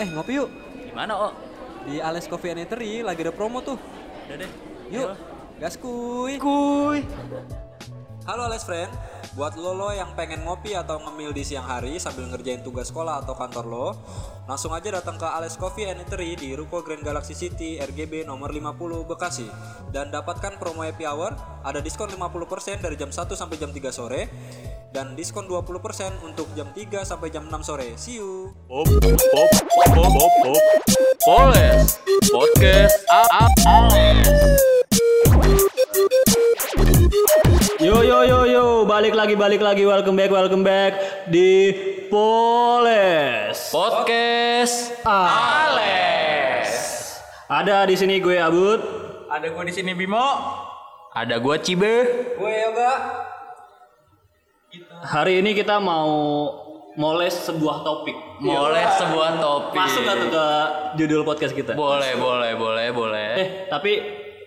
Eh ngopi yuk Gimana, Oh? di Ales Coffee and Eatery lagi ada promo tuh. Udah deh. Yuk, gas kuy. Kuy. Halo Ales Friend, buat lo lo yang pengen ngopi atau ngemil di siang hari sambil ngerjain tugas sekolah atau kantor lo, langsung aja datang ke Ales Coffee and Eatery di Ruko Grand Galaxy City RGB nomor 50 Bekasi dan dapatkan promo happy hour, ada diskon 50% dari jam 1 sampai jam 3 sore dan diskon 20% untuk jam 3 sampai jam 6 sore. See you. Pop, pop, pop, pop, pop. Poles, podcast A A Ales. Yo yo yo yo, balik lagi balik lagi, welcome back welcome back di Poles. Podcast A Ales. Ada di sini gue Abud. Ada gua di sini Bimo. Ada gua Cibe. Gue Yoga. Hari ini kita mau moles sebuah topik. Boleh sebuah topik. Masuk nggak tuh ke judul podcast kita? Boleh, boleh, boleh, boleh. Eh tapi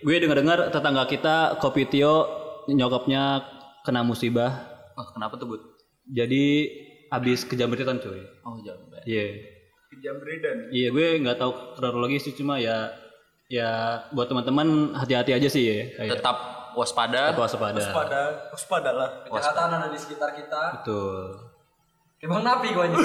gue dengar dengar tetangga kita Kopi Tio nyokapnya kena musibah. Oh, kenapa tuh, Bud? Jadi habis kejamretan cuy. Oh, jangan. Iya. Iya gue nggak tahu kronologis sih cuma ya ya buat teman-teman hati-hati aja sih ya. Kayak Tetap waspada. waspada. Waspada, waspada lah. Kejahatan ada di sekitar kita. Betul. Emang napi gue aja.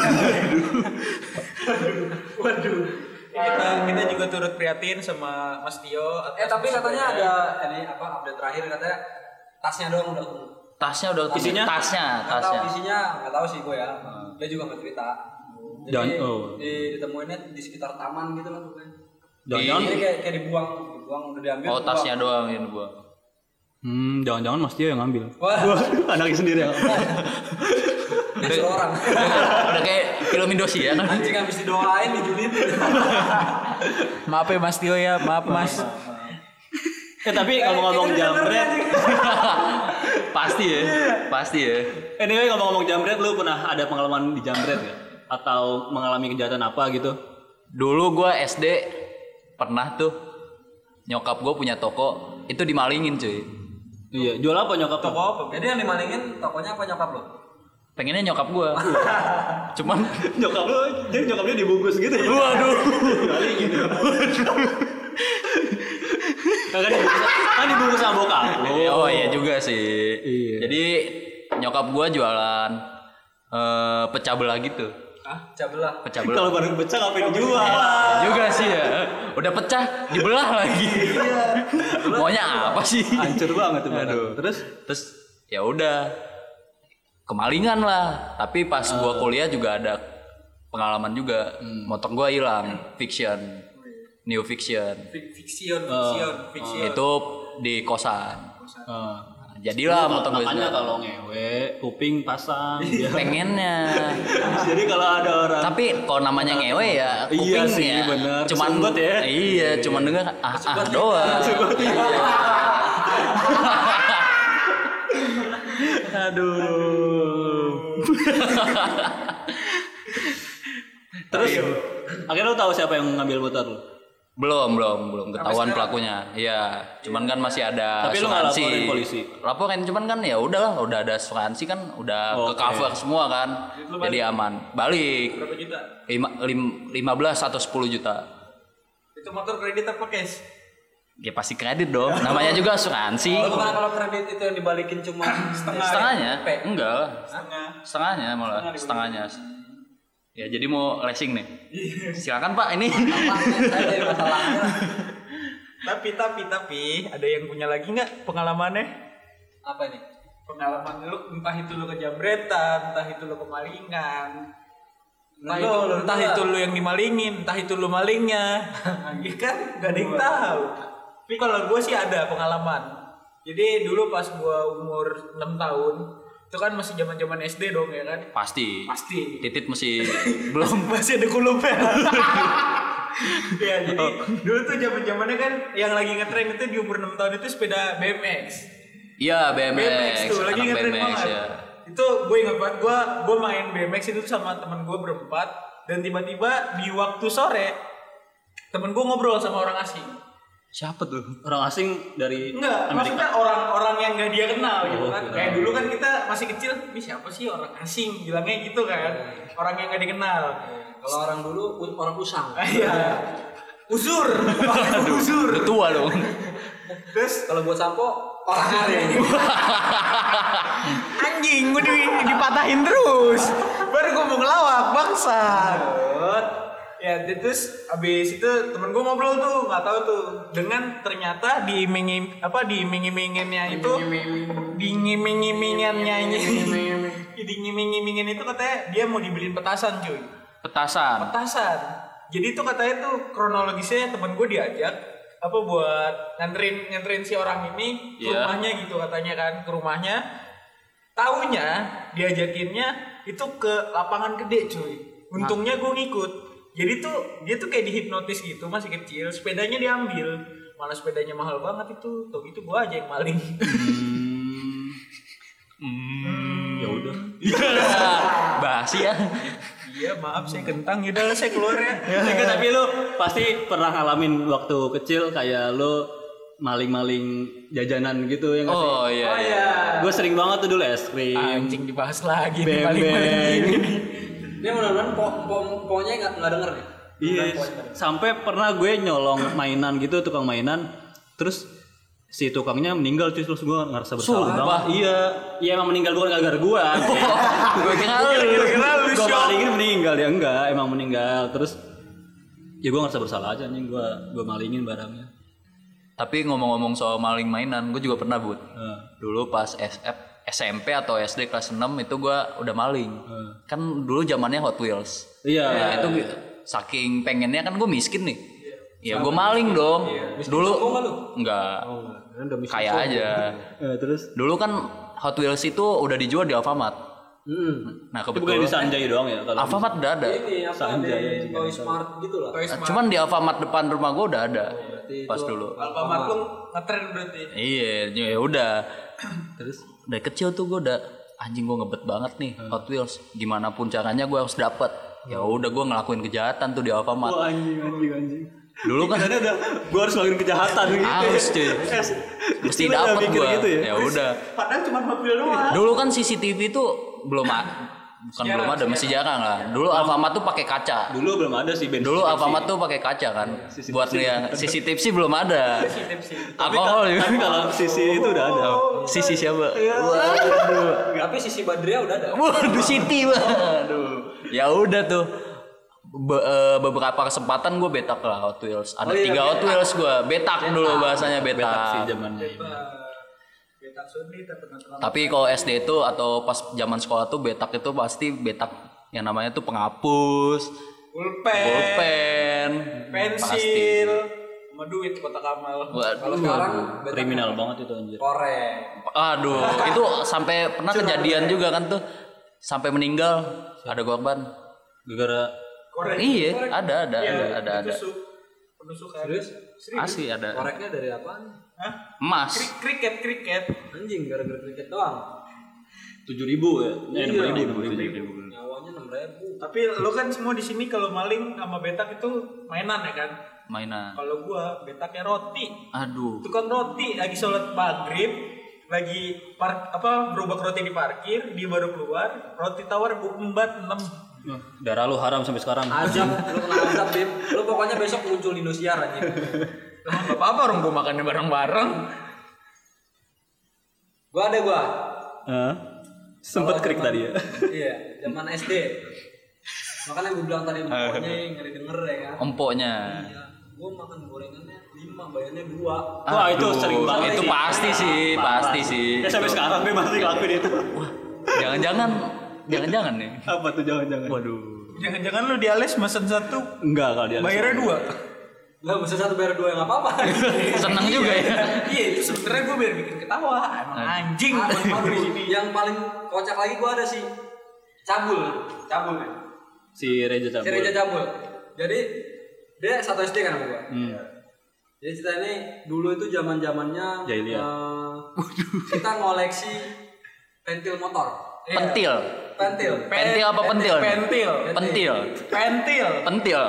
Kita kita juga turut prihatin sama Mas Tio. Eh tapi katanya ada ini apa update terakhir katanya tasnya doang udah ketemu. Tasnya udah Isinya? Tasnya, Nggak tahu tasnya. isinya nggak tahu sih gue ya. Dia juga nggak cerita. Jadi Dan- oh. di, ditemuinnya di sekitar taman gitu lah pokoknya. Jangan-jangan, Jadi kayak, kayak dibuang, dibuang udah diambil. Oh, dibuang. tasnya doang yang gua. hmm, jangan-jangan Mas Tio yang ngambil. Wah, Anaknya sendiri yang ngambil. disuruh orang. udah kayak film Indonesia ya kan? Anjing habis didoain dijulitin. Maaf ya Mas Tio ya, maaf Mas. Eh tapi ngomong-ngomong gitu jamret, Pasti ya. Pasti ya. eh anyway, ngomong-ngomong jamret, lu pernah ada pengalaman di jamret ya? Atau mengalami kejahatan apa gitu? Dulu gua SD pernah tuh nyokap gua punya toko itu dimalingin cuy. Iya, jual apa nyokap? Toko apa? Jadi yang dimalingin tokonya apa nyokap lo? Pengennya nyokap gua. Cuman Nyokap lu, jadi nyokap dia dibungkus gitu ya? waduh. kan dibungkus, kan dibungkus sama bokap lu. Oh, iya juga sih. Iya. Jadi nyokap gua jualan eh pecah belah gitu. Ah, cabelah. Pecah belah. Kalau baru pecah ngapain dijual? juga sih ya. Udah pecah, dibelah lagi. Maunya apa sih? Hancur banget tuh. Aduh. Terus Terus ya udah kemalingan lah. Tapi pas Eh. gua kuliah juga ada pengalaman juga. Hmm. Motor gua hilang, fiction. New fiction. Fiksion, fiksion, fiksion. Itu di kosan. eh, Jadilah motor gua hilang. makanya kalau ngewe, kuping pasang. ya. pengennya. Jadi kalau ada orang Tapi kalau namanya ngewe ya kuping Iya sih, ya. bener. Cuman Kesumbat ya. Iya, cuman dengar ah, ah doang. Aduh. Terus akhirnya lu tahu siapa yang ngambil motor lu? Belum, belum, belum ketahuan pelakunya. Iya, cuman kan masih ada Tapi lu nggak asuransi. laporin polisi? Laporin cuman kan ya udahlah, udah ada asuransi kan udah ke Oke. cover semua kan. Jadi aman. Balik. Berapa gitu. juta? Lima, lim- 15 atau 10 juta. Itu motor kredit apa cash? Ya pasti kredit dong. Namanya juga asuransi. Oh, Lo bukan kalau kredit itu yang dibalikin cuma setengah. Setengahnya? P. Enggak lah. Setengah. setengahnya malah setengahnya ya jadi mau lessing nih Iya. silakan pak ini Ada yang masalahnya. Tapi tapi tapi ada yang punya lagi nggak pengalamannya? Apa ini? Pengalaman lu entah itu lu kejamretan, entah itu lu kemalingan. Entah Entah, itu lu lu, entah juga. itu lu yang dimalingin, entah itu lu malingnya. Iya kan gak ada yang tahu. Tapi kalau gue sih ada pengalaman. Jadi dulu pas gue umur 6 tahun, itu kan masih zaman-zaman SD dong ya kan? pasti Pasti. titit masih belum masih ada kulupnya. ya jadi dulu tuh zaman zamannya kan yang lagi ngetren itu di umur 6 tahun itu sepeda BMX. iya BMX BMX tuh lagi anak ngetren BMX banget. ya Itu gue ingat banget gue gue main BMX itu sama temen gue berempat dan tiba-tiba di waktu sore temen gue ngobrol sama orang asing. Siapa tuh? Orang asing dari Enggak, maksudnya orang-orang yang nggak dia kenal gitu kan. Kayak dulu kan kita masih kecil, ini siapa sih orang asing? Bilangnya gitu kan. Orang yang nggak dikenal. Kalau orang dulu u- orang Hmm. usang. Iya. Uzur, Orang uzur. Udah tua dong. Terus Kalau buat sampo orang hari. anjing gue di, dipatahin terus. Baru gue mau ngelawak, bangsa. Ya terus abis itu temen gue ngobrol tuh nggak tahu tuh dengan ternyata diimingi apa diiming-iminginnya itu diiming-iminginnya ini diiming-imingin itu katanya dia mau dibeliin petasan cuy Petasan. petasan jadi itu katanya tuh kronologisnya temen gue diajak apa buat nganterin nganterin si orang ini ke Iya. rumahnya gitu katanya kan ke rumahnya taunya diajakinnya itu ke lapangan gede cuy untungnya gue ngikut jadi tuh dia tuh kayak dihipnotis gitu masih kecil sepedanya diambil malah sepedanya mahal banget itu tuh itu gue aja yang maling ya udah. Basi ya. iya maaf saya kentang yaudah lah, saya keluar ya Saya tapi lu Pasti pernah ngalamin waktu kecil kayak lo maling-maling jajanan gitu yang ngasih. Oh iya. iya. Gue sering banget tuh dulu es krim. anjing dibahas lagi nih Bebek. maling-maling Dia mudah-mudahan po po ponya nggak nggak denger ya? nih. Iya. Sampai pernah gue nyolong mainan gitu tukang mainan, terus si tukangnya meninggal cuy, terus gue ngerasa Sumpah. bersalah banget. Iya, iya emang meninggal bukan gara-gara gitu. gue. Oh, Gue kira lu. Kira-kira lu gue shock. malingin meninggal ya enggak, emang meninggal. Terus ya gue ngerasa bersalah aja anjing gue gue malingin barangnya. Tapi ngomong-ngomong soal maling mainan, gue juga pernah but. Heeh. Dulu pas SF, SMP atau SD kelas 6 itu gue udah maling. Hmm. Kan dulu zamannya Hot Wheels. Iya. Nah, Eh, itu gue- saking pengennya kan gue miskin nih. Ya gue maling dong. Iya, Dulu enggak. Oh, kan Kaya aja. Eh, terus Dulu kan Hot Wheels itu udah dijual di Alfamart. Nah Hmm. itu bukan di kebetulan Sanjay doang ya kalau Alfamart udah ada. Ini apa di Toy Smart gitu lah. Cuman di Alfamart depan rumah gue udah ada. Pas dulu. Alfamart lu ngetren berarti. Iya, ya udah. Terus dari kecil tuh gue udah anjing gue ngebet banget nih Hot Wheels. Gimana pun caranya gue harus dapat. Ya udah gue ngelakuin kejahatan tuh di Alfamart. Wah, Oh, anjing anjing anjing. Dulu kan Karena udah gue harus ngelakuin kejahatan gitu. harus cuy. Es, Mesti kecil udah dapat mikir gue. gitu ya. Ya udah. Padahal cuma mobil doang. Dulu kan CCTV tuh belum a- bukan belum ada, masih jarang lah. Dulu Alfamart tuh pakai kaca. Dulu belum ada sih bensin. Dulu Alfamart tuh pakai kaca kan. Buat lihat CCTV sih belum ada. Alkohol ya. Tapi kalau sisi itu udah ada. Sisi siapa? Tapi sisi Badria udah ada. Waduh Siti Waduh Ya udah tuh Be- eh, beberapa kesempatan gue betak lah Hot Wheels ada tiga Hot Wheels gue betak, dulu bahasanya betak, Betak sih zamannya. Betak Sundri tapi nggak tapi kalau SD itu atau pas zaman sekolah tuh betak itu pasti betak yang namanya tuh penghapus Pulpen, pulpen pasti pensil, sama duit kotak amal. Kalau Waduh. sekarang Kriminal banget itu anjir. korek. aduh itu sampai pernah kejadian juga kan tuh sampai meninggal ada korban Gara-gara Korek. iya ada ada ada ada ada Penusuk. Penusukan. Serius? asli ada Koreknya dari apaan? Hah? emas Kriket, kriket. Anjing gara-gara kriket doang. 7 ribu ya? Eh, 6 ribu, 6 ribu. Nyawanya enam ribu. Tapi lo kan semua di sini kalau maling sama betak itu mainan ya kan? mainan Kalau gua betaknya roti. aduh tukang roti lagi sholat maghrib lagi park apa berubah ke roti di parkir dia baru keluar roti tawar bu empat enam Wah, Darah lu Iya. haram sampai sekarang. Azab, lu kena azab, Bim. Lu pokoknya besok muncul di Indosiar anjing. emang gak apa-apa orang gua makannya bareng-bareng Gua ada gua. Hah? Sempet krik tadi ya. Iya, zaman SD. Makanya gua bilang tadi pokoknya ngeri denger ya kan. empoknya Iya. Gua makan gorengannya 5, bayarnya 2. Wah, itu Aduh, sering banget itu sih. pasti sih pasti sih Ya sampai sekarang gue masih ngelakuin itu. jangan-jangan jangan-jangan nih Apa tuh jangan-jangan? Waduh. jangan-jangan lu di Ales mesen satu Enggak kalau dia. bayarnya dua Lah, bisa satu bayar 2 yang apa-apa. seneng juga ya iya itu sebenernya gua biar bikin ketawa emang anjing Ah, aduh, yang paling kocak lagi gua ada sih. Cabul, cabul ya. Si Reja Si Cabul. Reja Cabul. Jadi dia satu SD kan sama gua. Hmm. Jadi cerita ini dulu itu zaman zamannya Jahiliyah. kita ngoleksi pentil motor. Iya, pentil Pentil. pentil apa pentil nih? pentil pentil pentil pentil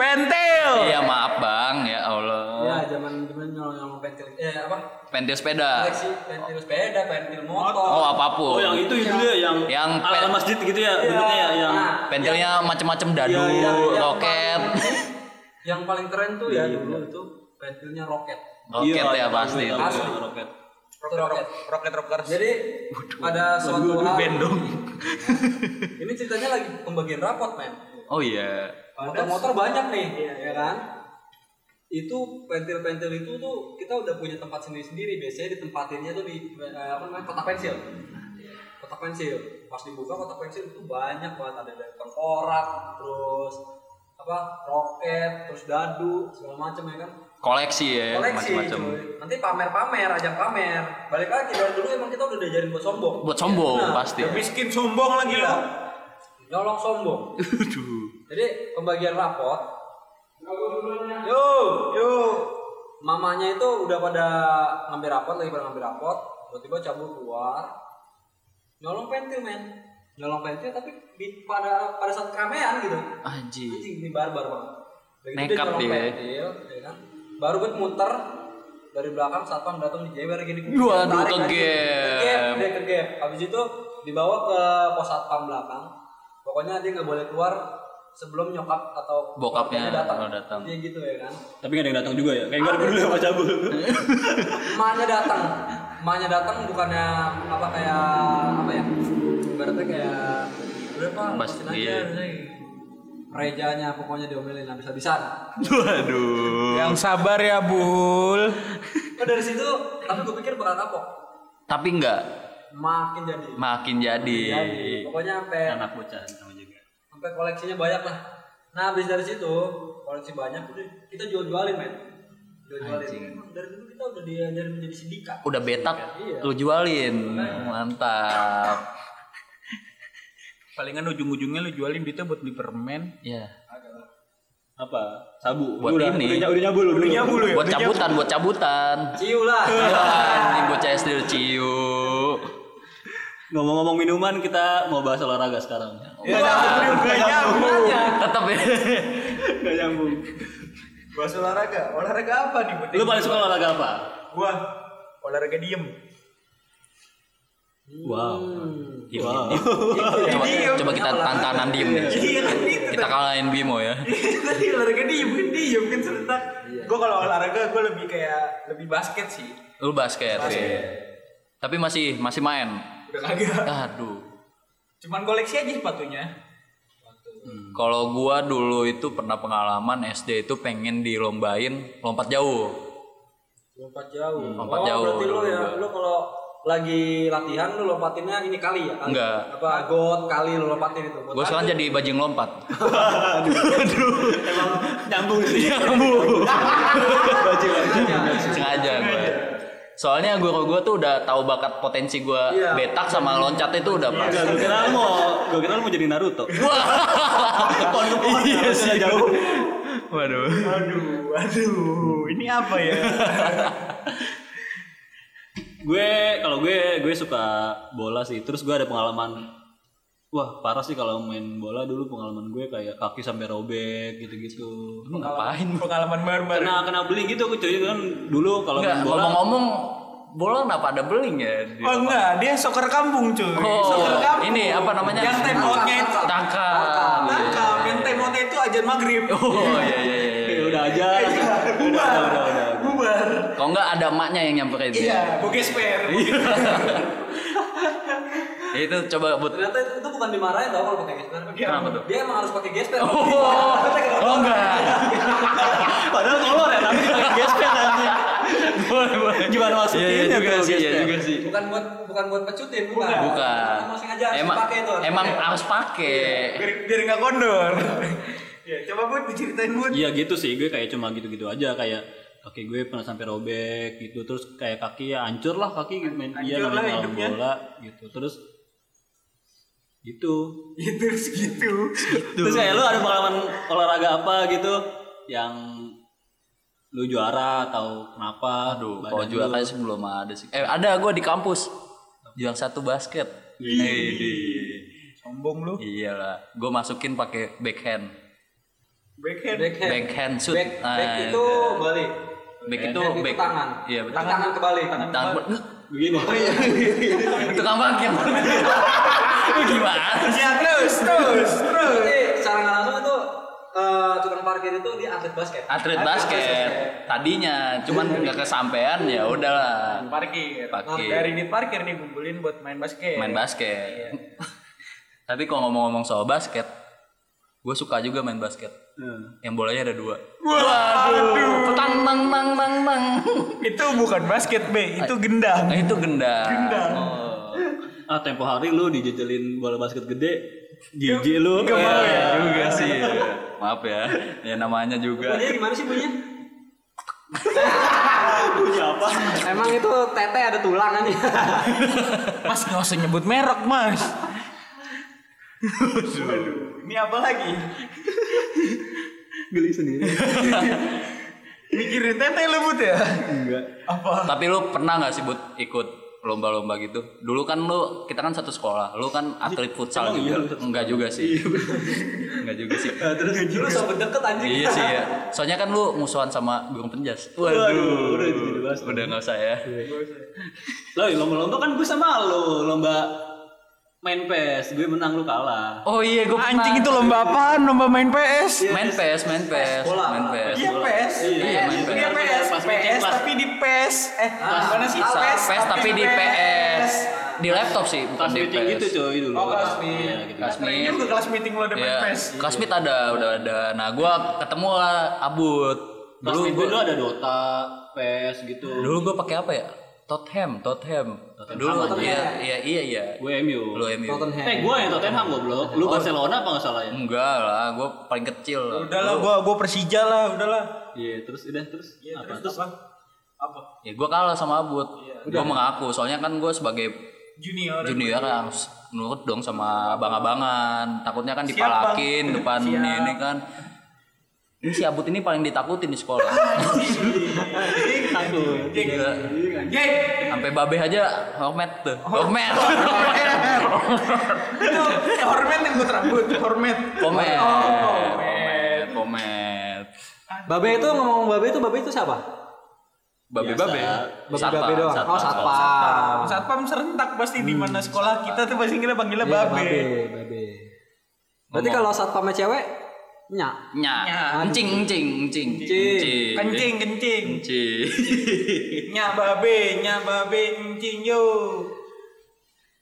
pentil Oh. Iya maaf bang, ya Allah. Iya, Ya, zaman zaman nyolong nyolong pentil. Eh apa? Pentil sepeda. Koleksi pentil sepeda, pentil motor. Oh apapun. Ah. Oh yang itu itu ya yang Yang ala pe- masjid gitu ya bentuknya ya yang Ah. Nah, Pentilnya macam-macam dadu, iya, roket, Yang paling keren tuh ya dulu itu pentilnya roket. roket Iya, ya pasti. iya, itu. iya, iya, roket. Itu roket. roket rockers Jadi pada suatu hari bendong ini ceritanya lagi pembagian rapot men. Oh iya. Motor-motor banyak nih, ya kan? Itu pentil-pentil itu tuh kita udah punya tempat sendiri-sendiri. Biasanya ditempatinnya tuh di eh, apa namanya kotak pensil. Kotak pensil. Pas dibuka kotak pensil itu banyak banget ada dari tengkorak, terus apa roket, terus dadu segala macam ya kan. Koleksi ya koleksi macam-macam. cuy. nanti pamer-pamer ajang pamer balik lagi dari dulu emang kita udah diajarin buat sombong Buat sombong Iya. pasti. Ya, miskin sombong lagi lo nyolong sombong jadi pembagian rapot yo yo mamanya itu udah pada ngambil rapot lagi pada ngambil rapot tiba-tiba cabut keluar nyolong pentil men nyolong pentil tapi di, pada pada saat keramaian gitu Anjir. anjing ini barbar banget Udah gitu Nekat nyolong dia. pentil, ya kan? baru gue muter dari belakang satpam datang dijewer gini Waduh, Tarik kegep. lagi. Kegep, dia kegep habis itu dibawa ke pos satpam belakang pokoknya dia nggak boleh keluar sebelum nyokap atau Bokapnya kalau datang. Dia gitu ya kan Tapi gak ada yang datang juga ya. Kayak gak ada peduli sama cabul. emaknya datang emaknya datang bukannya apa kayak apa ya ibaratnya kayak udah pak Mas- lepasin aja iya. udah." rejanya pokoknya diomelin habis-habisan Waduh. yang sabar ya bul oh dari situ tapi gue pikir bakal kapok Tapi enggak makin jadi makin jadi. Jadi, pokoknya sampai Anak bocah sama juga. sampai koleksinya banyak lah nah habis dari situ koleksi banyak udah kita jual-jualin men jual-jualin Emang dari dulu kita udah diajarin menjadi sindikat Udah betak lu jualin. Mantap. palingan ujung-ujungnya lu jualin duitnya buat beli permen Iya. Apa? Sabu. Buat Udah, ini. Udah, udah nyabul udah. nyabul ya Buat cabutan, buat cabutan. Iya, ciu lah Anjing bocah SD lu ciu. Ngomong-ngomong minuman kita mau bahas olahraga sekarang. ya udah nyambung Tetap ya. Gak nyambung. bahas olahraga olahraga apa nih Lu paling suka olahraga apa? gua olahraga diem Wow. Wow. Coba, coba gitu. kita tantanan diem nih. iya kan itu Kita kalahin Bimo ya. tadi olahraga diem kan diem kan serentak gua kalau olahraga gua lebih kayak lebih basket sih Lu basket. ya. Tapi masih masih main. udah kagak Aduh. cuman koleksi aja sepatunya Kalau gua dulu itu pernah pengalaman SD itu pengen dilombain lompat jauh. lompat jauh Iya. Lompat oh, jauh. berarti lu ya lu kalau lagi latihan lu lompatinnya ini kali ya Kali. Enggak. apa got kali lu lompatin itu Got Gua kali. sekarang jadi bajing lompat. Nyambung sih. Sengaja gua. Soalnya guru gua tuh udah tahu bakat potensi gua Iya. betak sama loncat itu udah pas. Iya. Gak gue kira lu mau, gue kira lu mau jadi Naruto. Pohon ke pohon. Iya sih jauh. Waduh. aduh aduh ini apa ya Gue kalau gue gue suka bola sih. Terus gue ada pengalaman Wah parah sih kalau main bola dulu pengalaman gue kayak kaki sampai robek gitu-gitu. Lu ngapain? pengalaman barbar Kena kena beli gitu aku cuy kan dulu kalau Nggak, main bola ngomong-ngomong bola kenapa ada beling ya? di- Oh enggak, dia soccer kampung cuy. Oh, soccer kampung. ini apa namanya? Yang temboknya itu Tangkap. tangkap, yang temboknya itu ajan maghrib. Oh iya iya iya. Ya udah aja. bubar, udah, udah. bubar. Kalau enggak ada emaknya yang nyamperin dia. Iya, bugis per. Itu coba buat Iya. ternyata itu, itu bukan dimarahin tau kalau pakai gesper Iya, Kenapa tuh? dia emang harus pakai gesper Oh, oh enggak. Padahal kolor ya tapi pakai gesper aja. boleh, boleh. Gimana maksudnya? Iya, iya juga tuh sih, iya gesper? juga sih. bukan buat bukan buat pecutin bukan Bukan. emang sengaja harus Emang dipakai itu emang harus pakai. Biar biar enggak kondor. Ya, coba buat diceritain buat. Iya gitu sih, gue kayak cuma gitu-gitu aja kayak kaki gue pernah sampai robek gitu, terus kayak kaki ya hancur lah kaki gitu main iya Hancur lah namanya lawan hidupnya. bola gitu, terus gitu. Itu segitu. Terus kayak lu ada pengalaman olahraga apa gitu yang lu juara atau kenapa? Aduh, Badan kalau lu- juara sih belum ada sih. Eh, ada gua di kampus. Juang satu basket. Iya, Sombong lu. Iyalah, gue masukin pakai backhand. Backhand. Backhand. Backhand shoot. Eh, Back, Ah, back itu udah. Oh, balik. Back itu Backhand back. tangan. Iya, Itu betul. tangan, kebalik. Tangan. Tangan Begini. Oh, iya. tukang parkir. Lu Gimana? Ya terus terus terus. Berarti secara nggak langsung itu eh, tukang parkir itu dia atlet basket. Atlet basket tadinya, cuman nggak kesampean ya udahlah. Parkir. Nah, Parkir. Dari di parkir nih kumpulin buat main Iya, basket. main basket. Tapi kalau ngomong-ngomong soal basket, gue suka juga main basket. Yang bolanya ada dua. Waduh, tang tang tang tang tang. Itu bukan basket B, itu gendang. Nah itu gendang. Oh. Ah tempo hari lu dijejelin bola basket gede, jijik lu. Eh, Gak Ya, juga sih. Maaf ya, ya namanya juga. Bunyinya gimana sih bunyinya? Bunyi apa? Emang itu tete ada tulang kan ya? Mas nggak usah nyebut merek mas. Waduh. Ini apa lagi? Geli sendiri. Mikirin tete lembut ya? Enggak. Apa? Tapi lu pernah nggak sih Bud, ikut lomba-lomba gitu? Dulu kan lu kita kan satu sekolah, lu kan atlet futsal Emang iya lu juga. satu Iya, Enggak juga sih. Enggak juga sih. Nah, terus Lu sobat deket anjing. Iya sih ya. Soalnya kan lu musuhan sama burung penjas. Waduh, Waduh. udah itu jadi bahas. Udah nggak usah ya. Lo ya, lomba-lomba kan gue sama lo, lomba main PES, gue menang lu kalah. Oh iya, gue Anjing itu lomba apaan? Lomba main PS? main PS, main PS, bola. main PS. Iya PS. Iya, main Iya PS. PS. Pas PS meeting, pas- tapi di PS. Eh, gimana sih? Sa- PS tapi di PS. Di laptop sih, bukan Kelas di meeting PS. gitu coy dulu. Oh, kelas meeting. Iya, gitu. Kasmit. Ini juga kelas meeting lo ada main Iya, PS. Kasmit ada, udah ada. Nah, gua ketemu lah Abut. Kelas Dulu meeting gua dulu ada Dota, PES gitu. dulu gua pakai apa ya? Tottenham, Tottenham. Dulu iya, iya, iya, iya. Gue MU. Lu MU. Tottenham. Eh, gue yang Tottenham goblok. Oh. Lu Barcelona apa nggak salah ya? Enggak lah, gua paling kecil lah. Udahlah, gua gua Persija lah, udahlah. Iya, terus udah terus. apa? Terus apa? Apa? Ya gua kalah sama Abut. Gua mengaku, soalnya kan gua sebagai Junior. junior harus nurut dong sama abang-abangan takutnya kan dipalakin depan ini kan ini si abut ini paling ditakutin di sekolah Satu. Gila. sampai babe aja hormat tuh hormat Itu hormat yang gua rambut, hormat. Oh, Pomet, pomet, pomet. Babe itu ngomong babe itu babe itu siapa? Babe-babe, Babe doang. Oh satpam. Satpam serentak pasti di mana sekolah kita tuh pasti kita panggilnya Iya, babe. babe. Berarti kalau satpamnya cewek, nyak. Nya, encing, encing, encing, encing, Kencing, kencing. encing. Nya babe, nya babe, encing yo.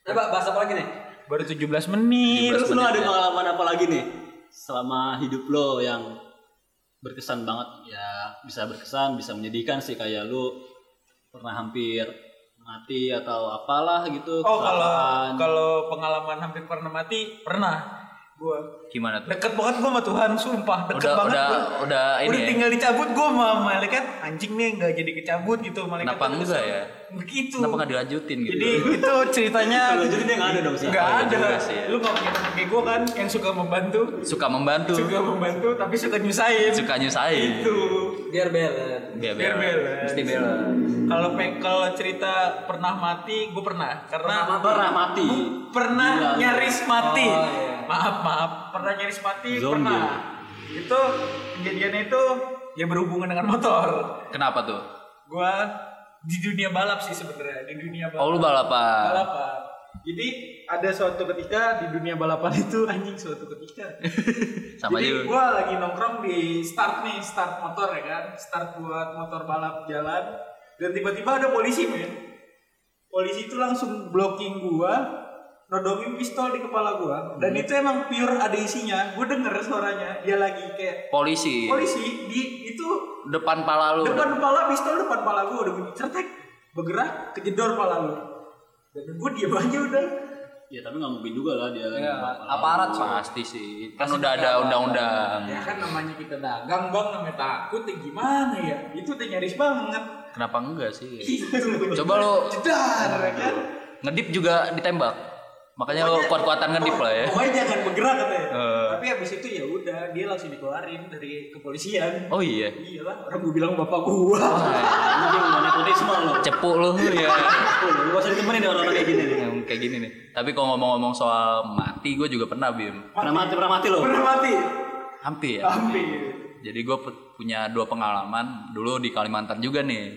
Coba bahas apa lagi nih? Baru 17 menit. Terus lu ada pengalaman apa lagi nih selama hidup lo yang berkesan banget ya bisa berkesan bisa menyedihkan sih kayak lu pernah hampir mati atau apalah gitu Oh kalau kecelakaan. kalau pengalaman hampir pernah mati pernah gua Gimana tuh? deket banget gua sama Tuhan sumpah deket Udah- banget udah- gua. udah ini ya? tinggal dicabut gua sama malaikat anjing nih nggak jadi kecabut gitu malaikat Kenapa tuh enggak kesel. ya? begitu Kenapa nggak dilanjutin gitu? jadi itu ceritanya jadi dia nggak ada dong sih nggak ada juga sih, ya. lu nggak punya temen kayak gua kan yang suka membantu Suka membantu, suka membantu tapi suka nyusahin suka nyusahin. itu Biar balance. Biar Biar balance. Mesti balance. kalau pe- kalau cerita pernah mati gua pernah karena pernah mati pernah Gila. Oh, iya. nyaris mati. Maaf, maaf. Pernah nyaris mati, Zombie. pernah. Itu kejadiannya itu ya berhubungan dengan motor. Kenapa tuh? Gua di dunia balap sih sebenarnya, di dunia Oh lu balap. balapan. balapan. Jadi ada suatu ketika di dunia balapan itu anjing suatu ketika. Sama juga. Jadi gua lagi nongkrong di start nih, start motor ya kan, start buat motor balap jalan dan tiba-tiba ada polisi men. Polisi itu langsung blocking gua, nodongin pistol di kepala gua dan itu emang pure ada isinya. Gua denger suaranya dia lagi kayak Polisi polisi di itu depan pala lu. depan kepala pistol depan kepala gua udah bunyi certek bergerak kejedor kepala lu dan gua diam aja udah ya tapi nggak mungkin juga lah dia Iya. Aparat pasti sih. Kan udah ada undang-undang. ya kan namanya kita dagang bang namanya takut ya gimana ya itu udah nyaris banget Kenapa enggak sih? Gitu. Coba lu jedar ya kan ngedip juga ditembak. Makanya lu kuat-kuatan ngedip lah ya. pokoknya jangan bergerak katanya Eh. tapi habis itu ya udah dia langsung dikeluarin dari kepolisian Oh iya. iyalah orang gue bilang bapak gua Ah. mungkin nggak nepotisme lo Cepu lu ya. Oh, lu gak usah ditemenin deh orang-orang kayak gini nih Yang kayak gini nih. Tapi kalau ngomong-ngomong soal mati gue juga pernah Bim. pernah mati pernah mati lo pernah mati hampir ya. Hampir. jadi gue punya dua pengalaman dulu di Kalimantan juga nih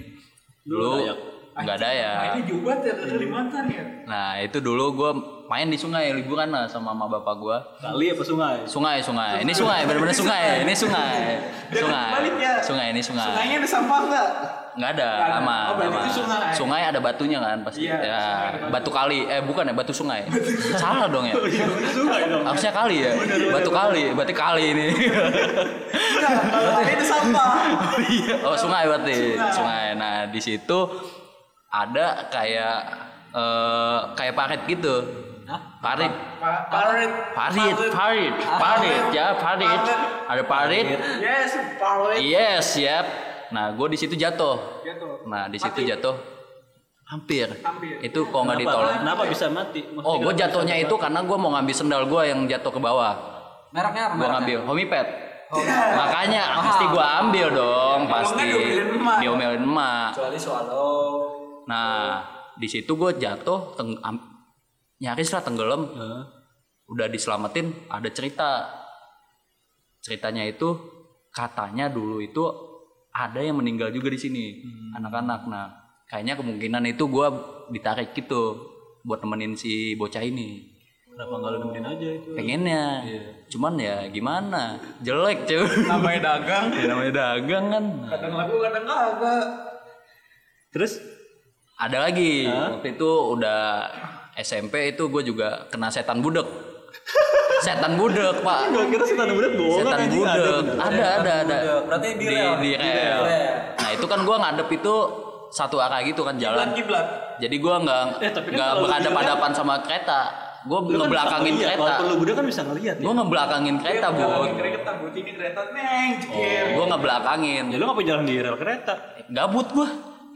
dulu Dayak. nggak ada ya Nah, ini juga ya ke Kalimantan ya. nah itu dulu gue main di sungai liburan lah sama sama bapak gue Kali apa sungai? sungai sungai ini sungai benar-benar sungai ini sungai Jangan sungai balik ya. sungai ini sungai Sungainya ada sampah nggak? nggak ada Nggak ada. aman Oh, berarti aman. itu sungai. ada batunya kan pasti Iya, ya, sungai ada batu kali eh bukan ya batu sungai salah dong ya Oh, iya, sungai dong. harusnya kali ya batu kali berarti kali ini Nah, kalau ada itu sampah. oh sungai berarti Sungai. sungai, nah di situ ada kayak eh, kayak parit gitu parit Pa- Parit. parit parit Ah. parit ya parit ada parit Yes, parit. yes yep nah gue di situ jatuh Jatuh. nah di situ jatuh hampir Hampir. itu kok nggak Kenapa? ditolong Kenapa bisa mati? Maksudnya Oh, gue kenapa jatuhnya bisa itu karena gue mau ngambil sendal gue yang jatuh ke bawah. Mereknya apa? Gue ngambil homipad. Ya. Makanya pasti gue ambil dong, nggak pasti diomelin emak. diomelin emak. Kecuali Swallow. Nah, di situ gue jatuh, teng- am- nyaris lah tenggelam. Udah diselamatin, ada cerita. Ceritanya itu katanya dulu itu ada yang meninggal juga di sini, Hmm. anak-anak. Nah, kayaknya kemungkinan itu gue ditarik gitu buat nemenin si bocah ini. Kenapa nggak lu nemenin aja itu? pengennya cuman ya gimana jelek cuy Iya. Namanya dagang. ya, namanya dagang kan Kadang lagu, kadang kagak. Terus ada lagi waktu itu udah SMP itu gue juga kena setan budek setan budek pak gua kira setan budak bohongan setan anjing, ada budek beneran. ada ada ada Berarti di di, rel. di rel nah itu kan gue ngadep itu satu arah gitu kan jalan Kiblat. jadi gue nggak nggak berhadapan-hadapan sama kereta gue Lu kan ngebelakangin bisa ngeliat, kereta Walaupun lu budak kan bisa ngeliat ya. gue ngebelakangin kereta Kita bud kereta buat ini kereta neng. jegir. gue ngebelakangin Ya lu ngapain jalan di rel kereta? gabut gue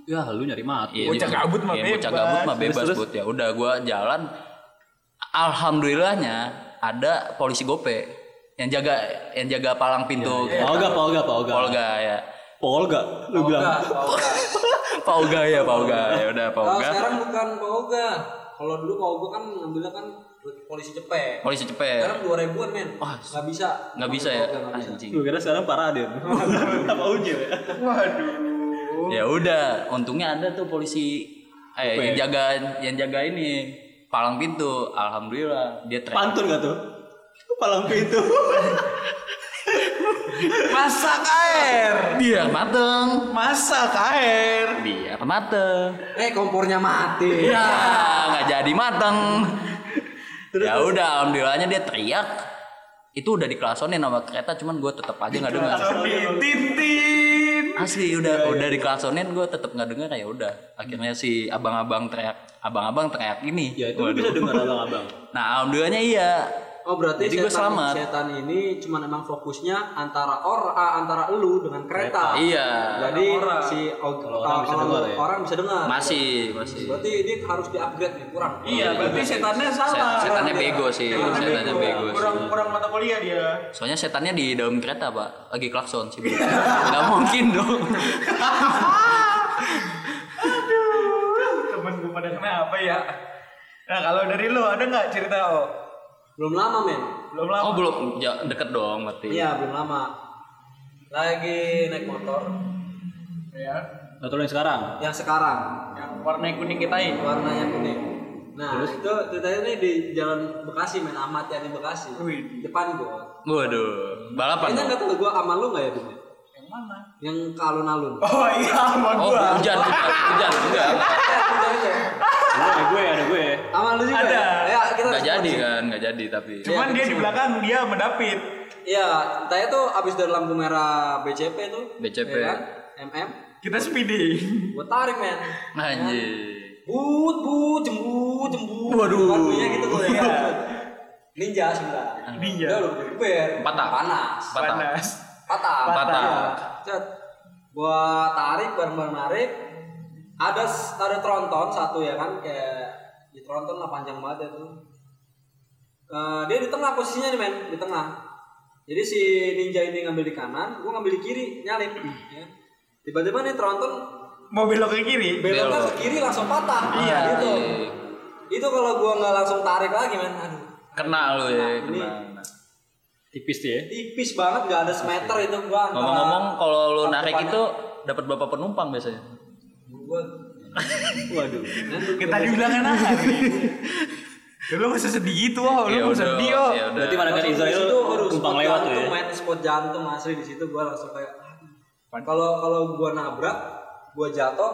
Ya lu nyari Iya, mati. Bocah juga. gabut mah Iya, Bocah bebas. gabut mah Terus, bebas, terus. Bud. Ya udah gua jalan. Alhamdulillahnya ada polisi gope yang jaga yang jaga palang pintu. Polga, polga, Iya, polga. Polga ya. Polga. Lu bilang. Pauga ya, Pauga. Oh. Ya udah, Kalau Pauga. sekarang bukan Pauga. Kalau dulu Pauga kan ngambilnya kan polisi cepet. Polisi cepet. Sekarang 2000-an men. Nggak bisa. Nggak bisa ya. Pauga nggak bisa. Anjing. Gue kira sekarang paraden. Apa unyil ya? Waduh. Ya udah, untungnya ada tuh polisi eh ya? yang jaga yang jaga ini palang pintu. Alhamdulillah dia teriak. Pantun gak tuh? Palang pintu. Masak air. Biar mateng. Masak air. Biar mateng. Eh kompornya mati. Ya, nggak jadi mateng. ya udah, alhamdulillahnya dia teriak. Itu udah dikelaksonin sama kereta, cuman gue tetap aja nggak dengar. Titin. Asli, udah udah dikelaksonin gue tetap nggak dengar ya udah. Akhirnya si abang-abang teriak, abang-abang teriak ini. Ya itu lu bisa dengar abang-abang. Nah, alhamdulillahnya iya. Oh berarti Jadi gua setan, selamat. setan ini cuma emang fokusnya antara or ah, antara elu dengan kereta. Iya, Jadi si og- ah, bisa kalau dengar ya. orang bisa dengar. masih masih. Berarti dia harus di upgrade nih kurang. Iya, berarti setannya salah. Set- setannya bego sih, setannya bego sih. Kurang kurang mata kuliah dia. Soalnya setannya di dalam kereta, Pak. Lagi klakson sih. Bu. Nggak mungkin dong. Aduh, temen gue pada kenapa ya? Nah, kalau dari lu ada nggak cerita oh? Belum lama men. Belum lama. Oh, belum ja- deket dong berarti. Iya belum lama. Lagi naik motor Ya. Atau yang sekarang? yang sekarang Yang warna kuning kita ini. warnanya kuning. Nah itu ceritanya nih di jalan Bekasi men Ahmad Yani Bekasi. Wih. Depan gua. Waduh, balapan. Kayaknya dong. nggak tahu gua aman lu nggak ya Bung? Yang mana? Yang ke alun-alun. Eh, Oh iya, sama Oh, gua. hujan, hujan, hujan, enggak. Ada gue, ada gue. Aman lu juga. Ada. Ya, Ya, kita Enggak harus jadi kan, enggak jadi tapi. Iya, Cuman dia di belakang dia mendapit. Iya, saya tuh abis dari lampu merah BCP tuh. BCP. ya kan? MM. Kita speeding. Gue tarik men. Anjir. But, but, jembut, jembut. Waduh. Kan bunyinya gitu tuh ya. Ninja sebentar. Iya. Ninja. Udah lu ber. Patah. Panas. Patah. Panas. Patah. Patah. Iya. Cet. Gua tarik bareng-bareng narik. Ada s- ada tronton satu ya kan kayak di tronton lah panjang banget ya tuh. Eh, dia di tengah posisinya nih men, di tengah. Jadi si ninja ini ngambil di kanan, gua ngambil di kiri, nyalip. Ya. Tiba-tiba nih tronton Mau belok ke kiri. beloknya ke kiri langsung patah. Iya. gitu. Iya. Itu kalau gua nggak langsung tarik lagi men, aduh. Kena lu ya, Nah, Ini. kena. tipis ya tipis banget nggak ada semeter itu gua antara- Ngomong-ngomong kalau lu narik Tangkapannya. itu dapat berapa penumpang biasanya? gua waduh Kita diulangan aja. Lu gak usah sedih gitu, oh. Ya Lu gak usah udah, sedih, oh. ya udah. berarti mana kan langsung Israel di situ, aduh, tumpang spot lewat tuh jantung, ya main spot jantung asli di situ gua langsung kayak "Aduh." kalau kalau gua nabrak gua jatuh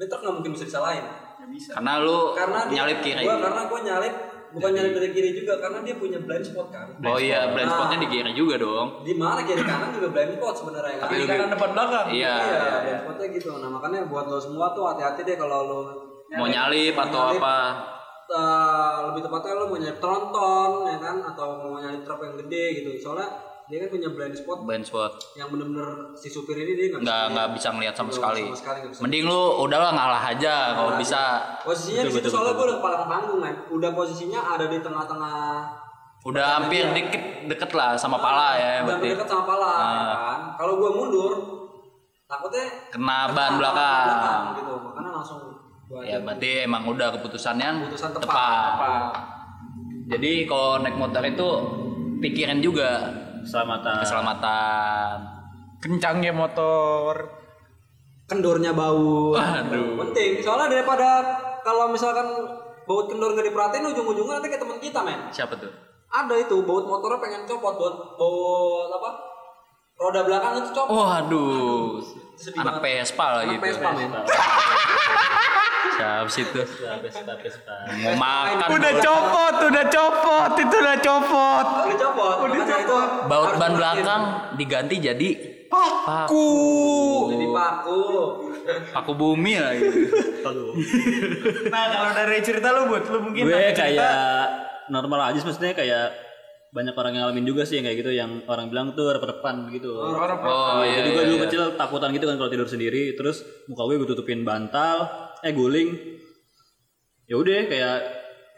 ini truk nggak mungkin bisa disalahin Karena lu karena dia- nyalip kiri. gua, karena gua nyalip bukan nyalip dari kiri juga karena dia punya blind spot kan Oh iya, blind Nah. spotnya di kiri juga dong. di mana kiri kanan juga blind spot sebenarnya kan Kiri kanan depan belakang. Iya. Iya, blind spotnya gitu. Nah makanya buat lo semua tuh hati-hati deh kalau lo Mau nyalip Mau atau nyalip. apa? eh, lebih tepatnya lo mau nyari tronton ya kan atau mau nyari truk yang gede gitu. Soalnya dia kan punya blind spot Blind spot. yang bener-bener si supir ini dia nggak bisa Nggak lihat. nggak bisa ngelihat sama Nggak, sekali. Sama sekali nggak bisa. Mending lu udahlah ngalah aja kalau bisa. Posisinya di situ soalnya gue udah kepala ke panggung kan. Udah posisinya ada di tengah-tengah. Udah hampir dikit deket lah sama pala ya Udah berarti. dekat sama pala ya Ah. kan. Kalau gue mundur takutnya Kena ban sama belakang. gitu. Makanya langsung gua aja. Ya berarti emang udah keputusannya keputusan tepat. tepat. tepat. Jadi kalau naik motor itu pikirin juga keselamatan keselamatan. Kencangnya motor. kendornya bau. Aduh. Penting. Soalnya daripada kalau misalkan baut kendor gak diperhatiin ujung-ujungnya nanti kayak teman kita men. Siapa tuh? Ada itu baut motornya pengen copot baut baut apa? Roda belakang itu copot. Waduh, sedih Oh, anak Vespa lah Anak gitu. Vespa men. Siapa sih tuh? Pesta, pesta. Mau makan. Udah copot, udah copot, itu udah copot. Udah copot. Makanya itu Baut harus ban diperhatiin. belakang diganti jadi Paku. Jadi paku. paku bumi lah gitu. Kalau Nah, kalau dari cerita lu buat lu mungkin gue ada cerita- kayak normal aja sih, maksudnya kayak banyak orang yang ngalamin juga sih yang kayak gitu yang orang bilang tuh depan gitu. Oh iya. Jadi gue iya, dulu iya. kecil takutan gitu kan kalau tidur sendiri, terus muka gue gue tutupin bantal, eh guling. Ya udah kayak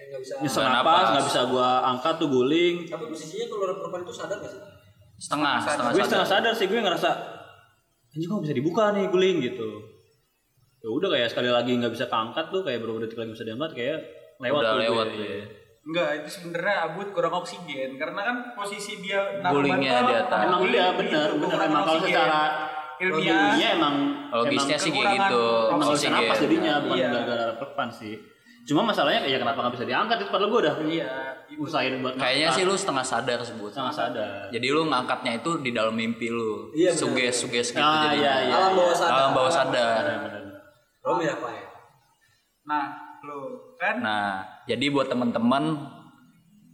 Ya, nggak bisa. nyesel Nggak napas, napas. nggak bisa gue angkat tuh guling. Tapi posisinya kalau orang perempuan itu sadar gak sih? Setengah, setengah Gue sadar. setengah sadar sih gue ngerasa anjing kok bisa dibuka nih guling gitu. Ya udah kayak sekali lagi nggak bisa keangkat tuh kayak beberapa detik lagi bisa diangkat kayak lewat Udah tuh gue, lewat. iya. iya. Enggak, itu sebenarnya abut kurang oksigen karena kan posisi dia naruh Gulingnya bantal, di atas. ada Emang guling iya, gitu, bener, bener. kurang Emang kalau oksigen. secara ilmiah Iya emang Logisnya emang sih kayak kekurangan gitu. emang nggak bisa oksigen. napas jadinya bukan Iya. gara-gara perpan sih. Cuma masalahnya ya kenapa nggak bisa diangkat itu padahal gue udah iya usahain buat Kayaknya sih lu setengah sadar sebut. sangat sadar. Jadi lu ngangkatnya itu di dalam mimpi lu. Iya, benar. suges, suges gitu Ah, jadi. iya, iya. Alam bawah sadar. Dalam bawah sadar. Romi apa ya? nah lo kan Nah, jadi buat teman-teman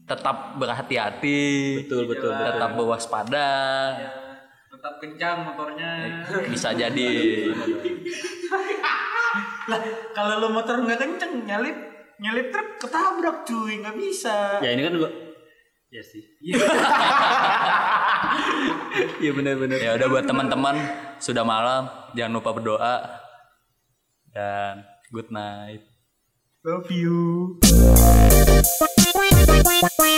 tetap berhati-hati. Betul betul. betul. Tetap berwaspada. ya, tetap kencang motornya Bisa jadi. lah kalau lo motor nggak kenceng nyalip nyalip truk ketabrak cuy nggak bisa Ya ini kan gue Ya sih. Iya benar-benar. Ya udah buat teman-teman sudah malam, jangan lupa berdoa dan good night. love you Wow, wow, wow, wow.